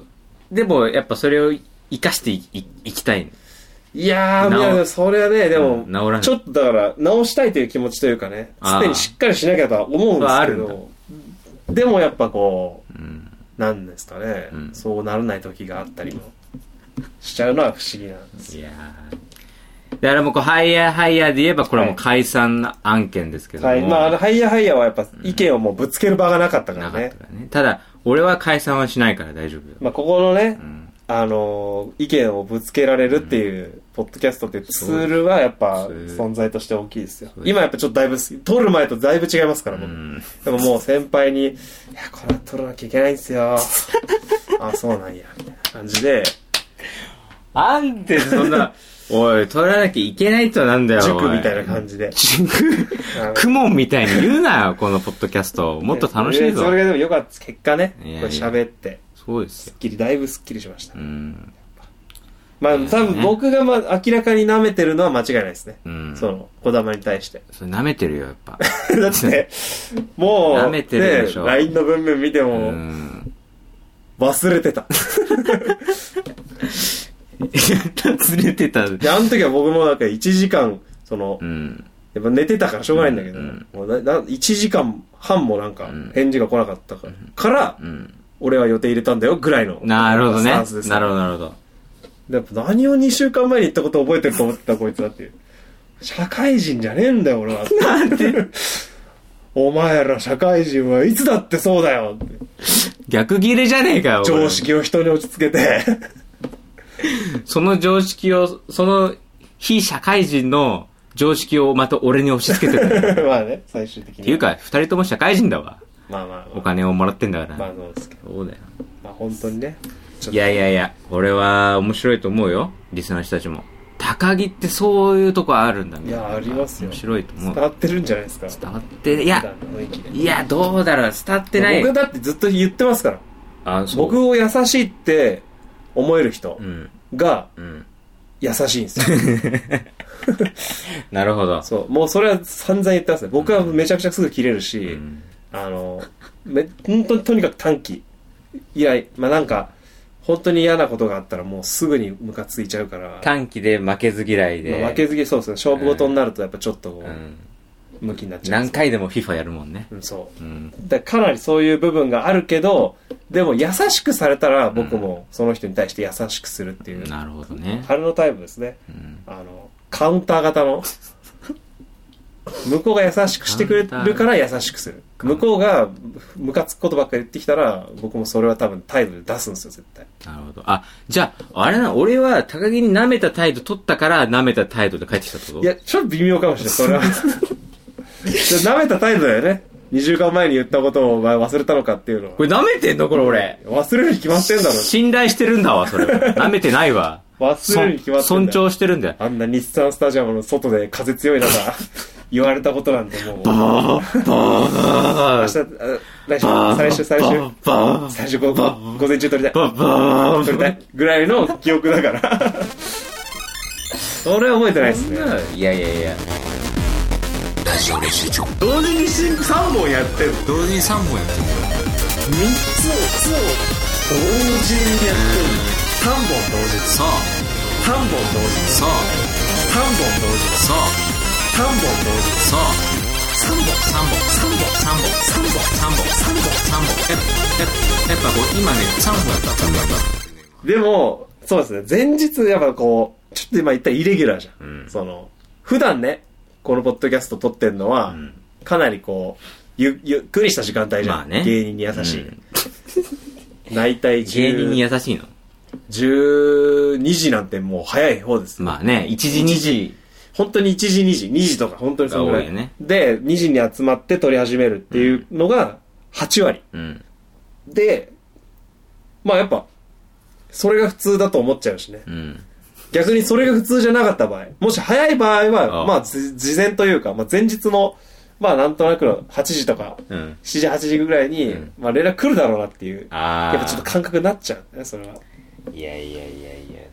Speaker 1: でもやっぱそれを生かしていいいきたい。
Speaker 2: いや
Speaker 1: なお
Speaker 2: ーいやそれはねでも、
Speaker 1: うん治らない
Speaker 2: ちょっとだから直したいという気持ちというかね
Speaker 1: あー
Speaker 2: 常にしっかりしなきゃとは思うんです
Speaker 1: あ
Speaker 2: け
Speaker 1: るんだ
Speaker 2: どでもやっぱこう、
Speaker 1: うん
Speaker 2: なんですかね、
Speaker 1: うん
Speaker 2: そうならない時があったりもしちゃうのは不思議なんです。
Speaker 1: いやーだからもうこう、ハイヤーハイヤーで言えば、これはもう解散案件ですけども。
Speaker 2: はい。まあ、あの、ハイヤーハイヤーはやっぱ意見をもうぶつける場がなかったか
Speaker 1: な
Speaker 2: ら
Speaker 1: かっ
Speaker 2: ね
Speaker 1: た。からね。ただ、俺は解散はしないから大丈夫よ。
Speaker 2: まあ、ここのね、
Speaker 1: うん。
Speaker 2: あのー意見をぶつけられるっていう、ポッドキャストっていうツールはやっぱ
Speaker 1: そうです
Speaker 2: 存在として大きいですよ。
Speaker 1: そうです
Speaker 2: 今やっぱちょっとだいぶ、撮る前とだいぶ違いますから、
Speaker 1: う
Speaker 2: もう。
Speaker 1: ん
Speaker 2: でももう先輩に、いや、これは撮らなきゃいけないんで
Speaker 1: <laughs>
Speaker 2: すよ。あ、そうなんや、みたいな感じで、
Speaker 1: あんて、そんな、 <laughs> おい、取らなきゃいけないとはなんだよ。
Speaker 2: 塾みたいな
Speaker 1: じ。
Speaker 2: 感じで。
Speaker 1: 塾
Speaker 2: あの
Speaker 1: クモンみたいに言うなよ、このポッドキャス
Speaker 2: <laughs>
Speaker 1: ト。もっと楽しい
Speaker 2: でそ
Speaker 1: ぞ
Speaker 2: れ。がでもよかったです。結果ね、こ
Speaker 1: いやい
Speaker 2: れ
Speaker 1: や
Speaker 2: 喋って、
Speaker 1: そうですよ
Speaker 2: すっ。きり、だいぶすっきりしました
Speaker 1: う。ん。
Speaker 2: まあ、多分僕がまあ明らかに舐めてるのは間違いないですね。
Speaker 1: うん。
Speaker 2: その、小玉に対して。
Speaker 1: それ舐めてるよ、やっぱ。
Speaker 2: だって、もう、
Speaker 1: 舐めてるでしょ
Speaker 2: ね LINE の文面見て
Speaker 1: う
Speaker 2: <laughs> も、
Speaker 1: ん。
Speaker 2: 忘れてた。
Speaker 1: 連れてた。う
Speaker 2: で、あの時は僕もなんか1時間、その、
Speaker 1: ん。
Speaker 2: やっぱ寝てたからしょうがないんだけど、
Speaker 1: うん
Speaker 2: もうなな1時間半もなんか
Speaker 1: ん
Speaker 2: 返事が来なかったから、から
Speaker 1: うん。
Speaker 2: 俺は予定入れたんだよぐらいの。
Speaker 1: なるほどね。
Speaker 2: ス
Speaker 1: な
Speaker 2: タ
Speaker 1: る
Speaker 2: ン
Speaker 1: ほ
Speaker 2: スで
Speaker 1: ど、
Speaker 2: す
Speaker 1: なるほど。
Speaker 2: やっぱ何を2週間前に言ったことを覚えてると思ってたこいつだっていう。社会人じゃねえんだよ俺は。なんで <laughs> お前ら社会人はいつだってそうだよって。
Speaker 1: 逆切れじゃねえかよ。俺
Speaker 2: 常。識を人に落ち着けて。 <laughs>
Speaker 1: その常識を、その非社会人の常識をまた俺に押し付けてたよ。っ
Speaker 2: まあね、最終的に。
Speaker 1: ていう。か、 <laughs> 二人とも社会人だわ。
Speaker 2: まあまあまあ。
Speaker 1: お金をもらってんだから。
Speaker 2: まあそうですけど。
Speaker 1: そうだよ。
Speaker 2: まあ本当にね。ちょっ
Speaker 1: いやいやいや、俺は面白いと思うよ。リスナーの人たちも。高木ってそういうとこあるんだね。
Speaker 2: いやありますよ
Speaker 1: 面白いと思
Speaker 2: 伝
Speaker 1: う。
Speaker 2: わってるんじゃないですか。
Speaker 1: 伝わって、いや、
Speaker 2: 雰囲気で。
Speaker 1: いや、どうだろう、伝わってない。
Speaker 2: 僕だってずっと言ってますから。
Speaker 1: あ、そう。
Speaker 2: 僕を優しいって思える人
Speaker 1: うん、
Speaker 2: が
Speaker 1: うん。
Speaker 2: 優しいんで
Speaker 1: <laughs>
Speaker 2: すよ。
Speaker 1: なるほど。
Speaker 2: そう。もうそれは散々言ってますね。僕はめちゃくちゃすぐ切れるし、
Speaker 1: うん
Speaker 2: あの、め、本当にとにかく短期。以来、まあなんか、本当に嫌なことがあったらもうすぐにムカついちゃうから、
Speaker 1: 短期で負けず嫌いで。
Speaker 2: まあ負けず嫌いそうですね。勝負事になるとやっぱちょっとこ
Speaker 1: う
Speaker 2: う、
Speaker 1: ん。
Speaker 2: 向きになっちゃうん
Speaker 1: 何
Speaker 2: ですよ。
Speaker 1: 回でも FIFA やるもんね。
Speaker 2: うん、そう。
Speaker 1: うん。
Speaker 2: だからかなりそういう部分があるけど、でも優しくされたら僕もその人に対して優しくするっていう、
Speaker 1: なるほどね。
Speaker 2: あれのタイプですね。
Speaker 1: うん。
Speaker 2: あの、カウンター型の。向こうが優しくしてくれるから優しくする。向こうがムカつくことばっかり言ってきたら、僕もそれは多分態度で出すんですよ、絶対。
Speaker 1: なるほど。あ、じゃあ、あれな、俺は高木に舐めた態度取ったから舐めた態度で帰ってきたってこと
Speaker 2: いや、ちょっと微妙かもしれない、それは。じゃあ舐めた態度だよね。2週間前に言ったことをお前忘れたのかっていうの
Speaker 1: これ舐めてんのこれ俺。
Speaker 2: は。忘れるに決まってんだろ。
Speaker 1: 信頼してるんだわ、
Speaker 2: <laughs>
Speaker 1: それは。舐めてないわ。
Speaker 2: 忘れるに決まってんだよ
Speaker 1: そん尊重してるんだよ。
Speaker 2: あんな日産スタジアムの外で風強い中、
Speaker 1: <laughs>
Speaker 2: 言われたことなんてもう。明日、あ来週、最終、最終、最終午後、午前中撮りたい。撮りたい。ぐらいの記憶だから。 <laughs> それは覚えてないですね。
Speaker 1: いやいやいや。
Speaker 2: 同時に3本やってる。
Speaker 1: 同時に3本やって
Speaker 2: 3つを、同時にやってる。3本同時。
Speaker 1: さ
Speaker 2: 3本同時。
Speaker 1: あ、さあ、
Speaker 2: 3本同時。
Speaker 1: さあ、
Speaker 2: 3本同時。
Speaker 1: さあ。三本、三本、三本、三本、三本、三本、三本、三本。やっぱ、やっぱこう、今ね、三本やった、三本やった。
Speaker 2: でも、そうですね。前日、やっぱこう、ちょっと今言ったらイレギュラーじゃん。
Speaker 1: うん
Speaker 2: その、普段ね、このポッドキャスト撮ってんのは、
Speaker 1: ん
Speaker 2: かなりこう、ゆ、ゆっくりした時間帯じゃん。
Speaker 1: まあね
Speaker 2: 芸人に優しい。 <laughs>
Speaker 1: うん
Speaker 2: 大
Speaker 1: 芸
Speaker 2: 体
Speaker 1: 人に
Speaker 2: 10
Speaker 1: 優しいの
Speaker 2: 12時なんてもう早い方です。
Speaker 1: まあね、1時2時。
Speaker 2: 本当に1時、2時、2時とか本当にそのぐら
Speaker 1: が多
Speaker 2: い。
Speaker 1: いよね
Speaker 2: で、2時に集まって撮り始めるっていうのが8割。
Speaker 1: うん。
Speaker 2: で、まあやっぱ、それが普通だと思っちゃうしね。
Speaker 1: うん。
Speaker 2: 逆にそれが普通じゃなかった場合、もし早い場合は、
Speaker 1: ああ
Speaker 2: まあ、ず事前というか、まあ、前日の、まあ、なんとなくの8時とか、
Speaker 1: うん。
Speaker 2: 7時、8時ぐらいに、
Speaker 1: うん
Speaker 2: まあ、連絡来るだろうなっていう、やっ
Speaker 1: ああ。
Speaker 2: ぱちょっと感覚になっちゃうね、それは。
Speaker 1: いやいやいやいや、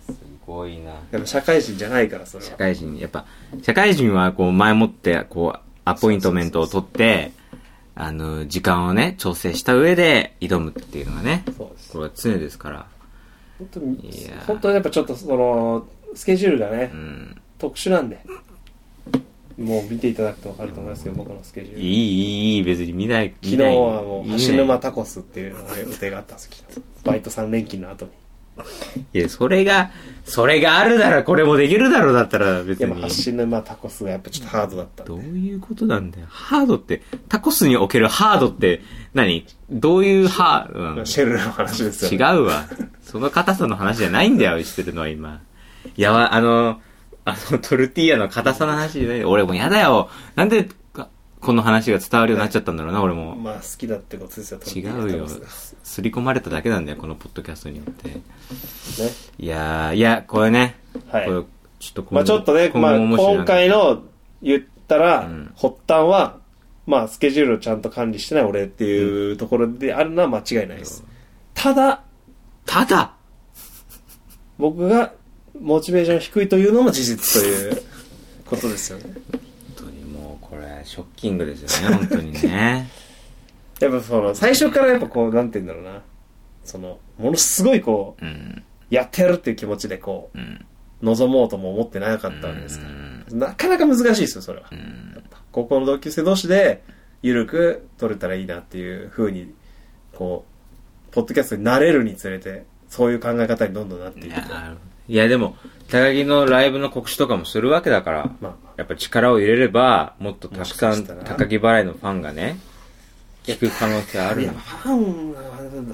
Speaker 1: すごいな。
Speaker 2: やっぱ社会人じゃないから、それ
Speaker 1: 社
Speaker 2: は。
Speaker 1: 会人、やっぱ、社会人はこう前もって、こう、アポイントメントを取って、あの、時間をね、調整した上で挑むっていうのがね、
Speaker 2: そうです。
Speaker 1: これは常ですから。
Speaker 2: 本当に
Speaker 1: いや、
Speaker 2: 本当にやっぱちょっと、その、スケジュールがね、
Speaker 1: うん。
Speaker 2: 特殊なんで。もう見ていただくと分かると思いますけど、僕のスケジュー
Speaker 1: い
Speaker 2: ル。
Speaker 1: い、いい、いい、別に見ない。
Speaker 2: 昨日はもう、橋沼
Speaker 1: た。
Speaker 2: タコスっていうのを予定があったんですけど、バイト3連勤の後に。
Speaker 1: いや、それが、それがあるならこれもできるだろうだったら
Speaker 2: い
Speaker 1: 別
Speaker 2: や、
Speaker 1: に
Speaker 2: まあ、。橋沼タコスがやっぱちょっとハードだったんで
Speaker 1: どういうことなんだよ。ハードって、タコスにおけるハードって何、どういうハードなの
Speaker 2: シェルの話ですよ、
Speaker 1: 違うわ。その硬さの話じゃないんだよ、してるのは今。いやわ、あの、あの、トルティーヤの硬さの話じゃない。俺もうやだよ。なんで、かこの話が伝わるようになっちゃったんだろうな、俺も。
Speaker 2: まあ、好きだってことですよ、
Speaker 1: 違うよ
Speaker 2: トルティーヤタコス。
Speaker 1: すり込まれただけなんだよ、このポッドキャストによって。
Speaker 2: ね。
Speaker 1: いやー、いや、これね。
Speaker 2: はい
Speaker 1: これちょっと今後
Speaker 2: まあ、ちょっとね、
Speaker 1: 今
Speaker 2: まあ、
Speaker 1: 後もしなん
Speaker 2: 今
Speaker 1: か
Speaker 2: 回の言ったら
Speaker 1: うん、
Speaker 2: 発端は、まあ、スケジュールをちゃんと管理してない俺っていうところであるのは間違いないです。ただ、
Speaker 1: ただ
Speaker 2: 僕がモチベーション低いというのも事実という
Speaker 1: <laughs>
Speaker 2: ことですよね。
Speaker 1: 本当にもうこれショッキングですよね本当にね
Speaker 2: やっぱその、最初からやっぱこう、なんて言うんだろうな。その、ものすごいこう、
Speaker 1: うん
Speaker 2: やってやるっていう気持ちでこう、
Speaker 1: うん
Speaker 2: 望もうとも思ってなかったわけですから。なかなか難しいですよ、それは
Speaker 1: う。ん
Speaker 2: 高校の同級生同士で、ゆるく取れたらいいなっていう風に、こう、ポッドキャストに慣れるにつれて、そういう考え方にどんどんなってい
Speaker 1: い
Speaker 2: く
Speaker 1: や。いやでも高木のライブの告知とかもするわけだから、
Speaker 2: まあ
Speaker 1: やっぱ力を入れればもっとたくさ
Speaker 2: も
Speaker 1: ん
Speaker 2: しかしたら
Speaker 1: 高木払いのファンがね聞く可能性あ
Speaker 2: い
Speaker 1: る
Speaker 2: や、
Speaker 1: な
Speaker 2: ファンは、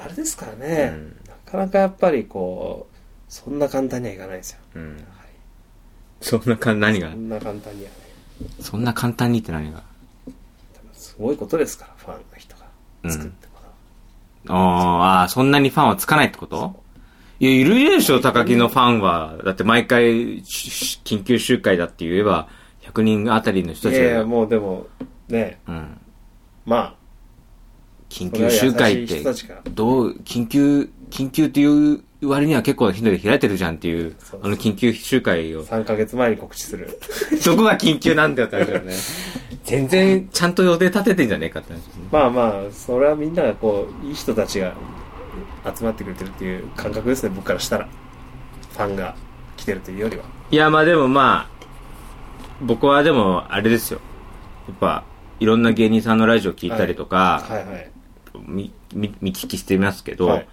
Speaker 2: あれですからね、
Speaker 1: うん
Speaker 2: なかなかやっぱりこう、そんな簡単にはいかないですよ。
Speaker 1: うんそんなかん何が
Speaker 2: そんな簡単にはね、
Speaker 1: そんな簡単にって何が
Speaker 2: すごいことですから、ファンの人が作ってもらう。
Speaker 1: あーあーそんなにファンはつかないってこといやいるでしょ高木のファンはだって毎回しし緊急集会だって言えば100人あたりの人た
Speaker 2: い
Speaker 1: ち
Speaker 2: やいや、
Speaker 1: が
Speaker 2: もうでも、ね、
Speaker 1: うん
Speaker 2: ま
Speaker 1: 緊急集会っ
Speaker 2: そ
Speaker 1: て
Speaker 2: れは優しい人たちが、
Speaker 1: どう、緊急、緊急っていう割には結構頻度で開いてるじゃんっていう、
Speaker 2: そうそう
Speaker 1: あの緊急集会
Speaker 2: あ、
Speaker 1: を。
Speaker 2: 3ヶ月前に告知する。
Speaker 1: どこが緊急なんだよって話だよ <laughs> ね。全然ちゃんと予定立ててんじゃねえかって話ですね。
Speaker 2: まあまあ、それはみんながこう、いい人たちが集まってくれてるっていう感覚ですね、僕からしたら。ファンが来てるというよりは。
Speaker 1: いや、まあでもまあ、僕はでもあれですよ。やっぱ、いろんな芸人さんのラジオ聞いたりとか、
Speaker 2: はいはい。
Speaker 1: みみ見聞きしてますけど、
Speaker 2: はい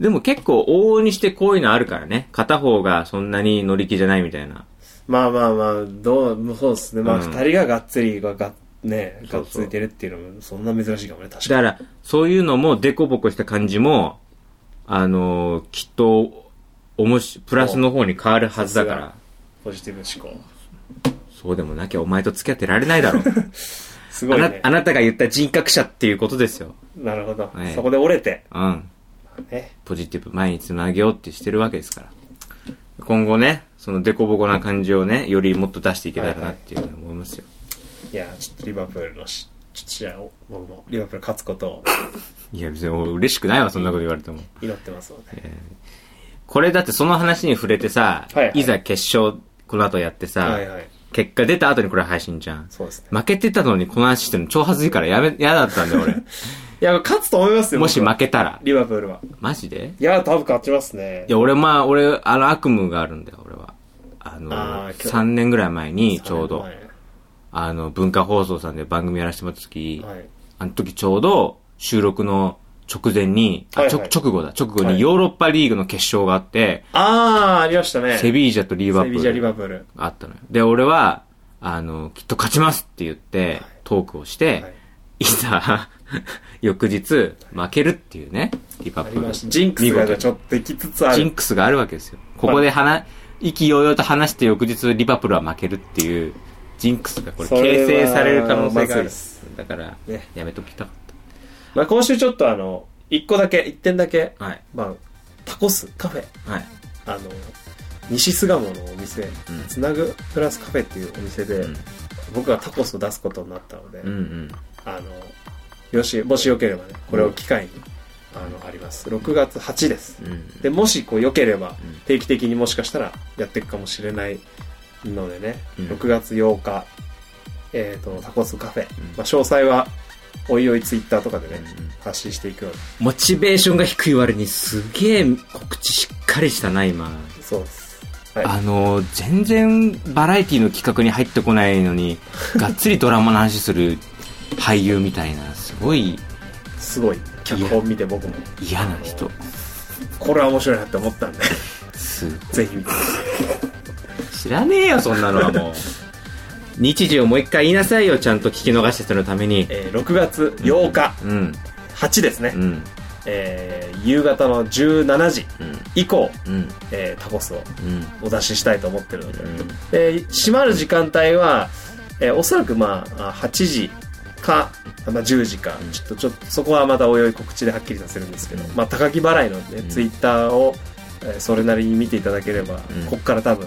Speaker 1: でも結構往々にしてこういうのあるからね。片方がそんなに乗り気じゃないみたいな。
Speaker 2: まあまあまあ、どう、もうそうですね。まあ、
Speaker 1: うん
Speaker 2: 二人ががっつりがが、ね、
Speaker 1: そ
Speaker 2: が
Speaker 1: う
Speaker 2: っ
Speaker 1: そう
Speaker 2: ついてるっていうのも、そんな珍しいかもね、確
Speaker 1: だ
Speaker 2: か
Speaker 1: か
Speaker 2: に。
Speaker 1: ら、そういうのも、デコボコした感じも、あのーきっと、おもし、プラスの方に変わるはずだか
Speaker 2: お
Speaker 1: ら
Speaker 2: さ、ポジティブ思考。
Speaker 1: そうでもなきゃお前と付き合ってられないだろう。
Speaker 2: <laughs> す
Speaker 1: あ
Speaker 2: ごい
Speaker 1: な
Speaker 2: ね
Speaker 1: あ。なたが言った人格者っていうことですよ。
Speaker 2: なるほど
Speaker 1: ええ。
Speaker 2: そこで折れて、
Speaker 1: うん。
Speaker 2: ね。
Speaker 1: ポジティブ、前につなげようってしてるわけですから。今後ね、そのデコボコな感じをね、よりもっと出していけたらなっていうのは思いますよ。
Speaker 2: いや、ちょっとリバプールのし、ちょっと試合を、僕もリバプール勝つことを
Speaker 1: いや、別に俺嬉しくないわ、そんなこと言われても。
Speaker 2: 祈ってますので。
Speaker 1: これだってその話に触れてさ、
Speaker 2: はいはい
Speaker 1: いざ決勝、この後やってさ、
Speaker 2: はいはい。
Speaker 1: 結果出た後にこれ配信じゃん。
Speaker 2: そうですね。
Speaker 1: 負けてたのにこの話してるの超恥ずいからやめ、嫌だったんだ
Speaker 2: <laughs>
Speaker 1: よ
Speaker 2: いや、勝つと思います
Speaker 1: 俺。
Speaker 2: よ。
Speaker 1: もし
Speaker 2: 僕は
Speaker 1: 負けたら。
Speaker 2: リバプールは。
Speaker 1: マジで
Speaker 2: いや、多分勝ちますね
Speaker 1: い。や、俺まあ、俺、あの悪夢があるんだよ、俺は。あの、
Speaker 2: あー今日
Speaker 1: 3年ぐらい前にちょうど
Speaker 2: は、い。
Speaker 1: あの、文化放送さんで番組やらせてもらった時、
Speaker 2: はい
Speaker 1: あの時ちょうど収録の直前に、あ
Speaker 2: はいはい
Speaker 1: ちょ直後だ、直後
Speaker 2: は
Speaker 1: に
Speaker 2: い
Speaker 1: ヨーロッパリーグの決勝があって、
Speaker 2: あー、ありましたね。
Speaker 1: セビージャとリーバプ
Speaker 2: セビージャ
Speaker 1: ー
Speaker 2: リ
Speaker 1: ル
Speaker 2: バプール。
Speaker 1: があったのよ。で、俺は、あの、きっと勝ちますって言って、トークをして、
Speaker 2: はい
Speaker 1: いざ、 <laughs> 翌日、負けるっていうね、リパ
Speaker 2: あ
Speaker 1: プ
Speaker 2: り
Speaker 1: ー
Speaker 2: ま
Speaker 1: ル。
Speaker 2: した。ジンクスが
Speaker 1: 見
Speaker 2: じ
Speaker 1: 事
Speaker 2: ゃあちょっとできつつあ
Speaker 1: ジン
Speaker 2: る。
Speaker 1: クスがあるわけですよ。ここで話、意気揚々と話して翌日リバプールは負けるっていう、ジンクスがこれ
Speaker 2: それ
Speaker 1: 形
Speaker 2: は
Speaker 1: 成される可能性があ
Speaker 2: まずい
Speaker 1: る
Speaker 2: っす。
Speaker 1: だから
Speaker 2: ね、
Speaker 1: やめときたかっ
Speaker 2: まあ今週ちょっとあの、一個だけ、一点だけ、
Speaker 1: た。はい。
Speaker 2: まあ、タコスカフェ、
Speaker 1: はい。
Speaker 2: あの、西巣鴨のお店、
Speaker 1: ん
Speaker 2: つなぐプラスカフェっていうお店で、
Speaker 1: うん
Speaker 2: 僕がタコスを出すことになったので、
Speaker 1: うんうん。
Speaker 2: あの、よし、もしよければね、これを機会に、あの、あります。6月8です。
Speaker 1: うん。
Speaker 2: で、もしこう良けれ
Speaker 1: う
Speaker 2: ば
Speaker 1: ん、
Speaker 2: 定期的にもしかしたらやっていくかもしれないのでね、
Speaker 1: うん
Speaker 2: 6月8日、えっ、と、タコスカフェ。
Speaker 1: ん
Speaker 2: まあ、詳細は、おいおいツイッターとかでね、
Speaker 1: うんうん
Speaker 2: 発信していくよう
Speaker 1: モチベーションが低い割にすげえ告知しっかりしたな、今。
Speaker 2: に。そうです。はい
Speaker 1: あの全然バラエティの企画に入ってこないの <laughs> にがっつりドラマの話する俳優みたいなすごい
Speaker 2: すごい脚本見て僕も
Speaker 1: 嫌な人
Speaker 2: これは面白いなって思ったんで <laughs>
Speaker 1: す
Speaker 2: ぜひ見てくださ
Speaker 1: 知らねえよそんなのはもう <laughs> 日時をもう一回言いなさいよちゃんと聞き逃した人のために
Speaker 2: い、えー6月8日、
Speaker 1: うん
Speaker 2: 8ですね、
Speaker 1: うん
Speaker 2: えー夕方の17時
Speaker 1: うん
Speaker 2: 以降、
Speaker 1: うん
Speaker 2: えータコスを
Speaker 1: うん
Speaker 2: お出ししたいと思ってるので、
Speaker 1: うん
Speaker 2: えー閉まる時間帯は、えーおそらくまああ8時か、まあ、10時か、ちょっとちょっとそこはまたおいおい告知ではっきりさせるんですけど、まあ、高木払いの、ね
Speaker 1: ん
Speaker 2: ツイッターを、えーそれなりに見ていただければ、
Speaker 1: ん
Speaker 2: ここから多分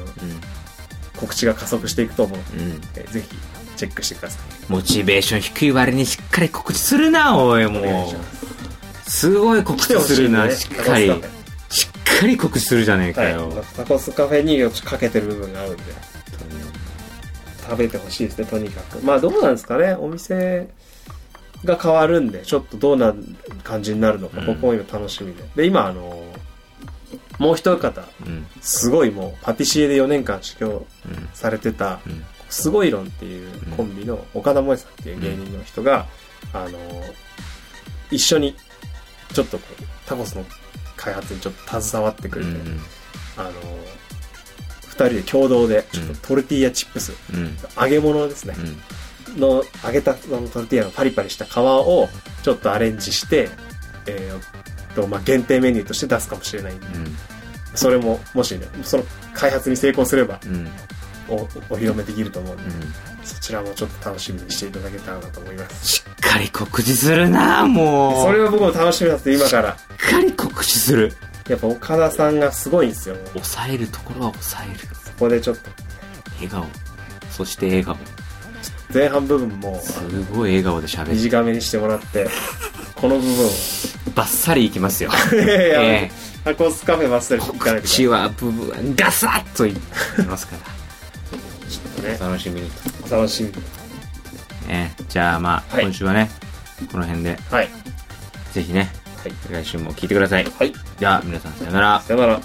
Speaker 2: 告知が加速していくと思うので、
Speaker 1: うんうん
Speaker 2: えーぜひチェックしてください
Speaker 1: モチベーション低い割にしっかり告知するなおい
Speaker 2: お願い
Speaker 1: も
Speaker 2: しま
Speaker 1: うすごい告
Speaker 2: 来て
Speaker 1: 知
Speaker 2: ほし
Speaker 1: す
Speaker 2: い
Speaker 1: る
Speaker 2: んで
Speaker 1: な
Speaker 2: ね
Speaker 1: しっかり
Speaker 2: タコスカフェ
Speaker 1: しっかり告知するじゃねえかよ、
Speaker 2: はい、タコスカフェにかけてる部分があるんで食べてほしいですねとにかくまあどうなんですかねお店が変わるんでちょっとどうな感じになるのか、
Speaker 1: うん
Speaker 2: 僕も今楽しみでで今あのもう一方
Speaker 1: うん
Speaker 2: すごいもうパティシエで4年間修行
Speaker 1: うん
Speaker 2: されてた
Speaker 1: うん
Speaker 2: すごい論っていうコンビの岡田萌さんっていう芸人の人が、あの一緒にちょっとこうタコスの開発にちょっと携わって
Speaker 1: う
Speaker 2: くれて、
Speaker 1: ん
Speaker 2: あの二人で共同でちょっとトルティーヤチップス、
Speaker 1: うん
Speaker 2: 揚げ物ですね、
Speaker 1: うん
Speaker 2: の揚げたそのトルティーヤのパリパリした皮をちょっとアレンジして、えーとまあ、限定メニューとして出すかもしれないんでそれももしねその開発に成功すれば
Speaker 1: うんうん
Speaker 2: おお披露目できると思うんで、
Speaker 1: うん
Speaker 2: そちらもちょっと楽しみにしていただけたらなと思います
Speaker 1: しっかり告知するなもう
Speaker 2: それを僕も楽しみなんです今か
Speaker 1: し
Speaker 2: ら
Speaker 1: っかり告知する
Speaker 2: やっぱ岡田さんがすごいんですよ
Speaker 1: 抑えるところは抑える
Speaker 2: そこでちょっと
Speaker 1: 笑顔そして笑顔
Speaker 2: 前半部分も
Speaker 1: すごい笑顔で喋る
Speaker 2: 短めにしてもらってこの部分を
Speaker 1: バッサリいきますよ
Speaker 2: いやいや
Speaker 1: <laughs> ええ
Speaker 2: <laughs> タコスカフェばっさり行かな
Speaker 1: 告
Speaker 2: いとい
Speaker 1: 知
Speaker 2: け
Speaker 1: はブブガサッといきますから
Speaker 2: ないね
Speaker 1: 楽しみに、
Speaker 2: お楽しみ
Speaker 1: ええじゃあまあ、
Speaker 2: はい
Speaker 1: 今週はねこの辺で
Speaker 2: はい
Speaker 1: ぜひね
Speaker 2: はい
Speaker 1: 来週も聞いてください
Speaker 2: はい
Speaker 1: では皆さんさよなら
Speaker 2: さよなら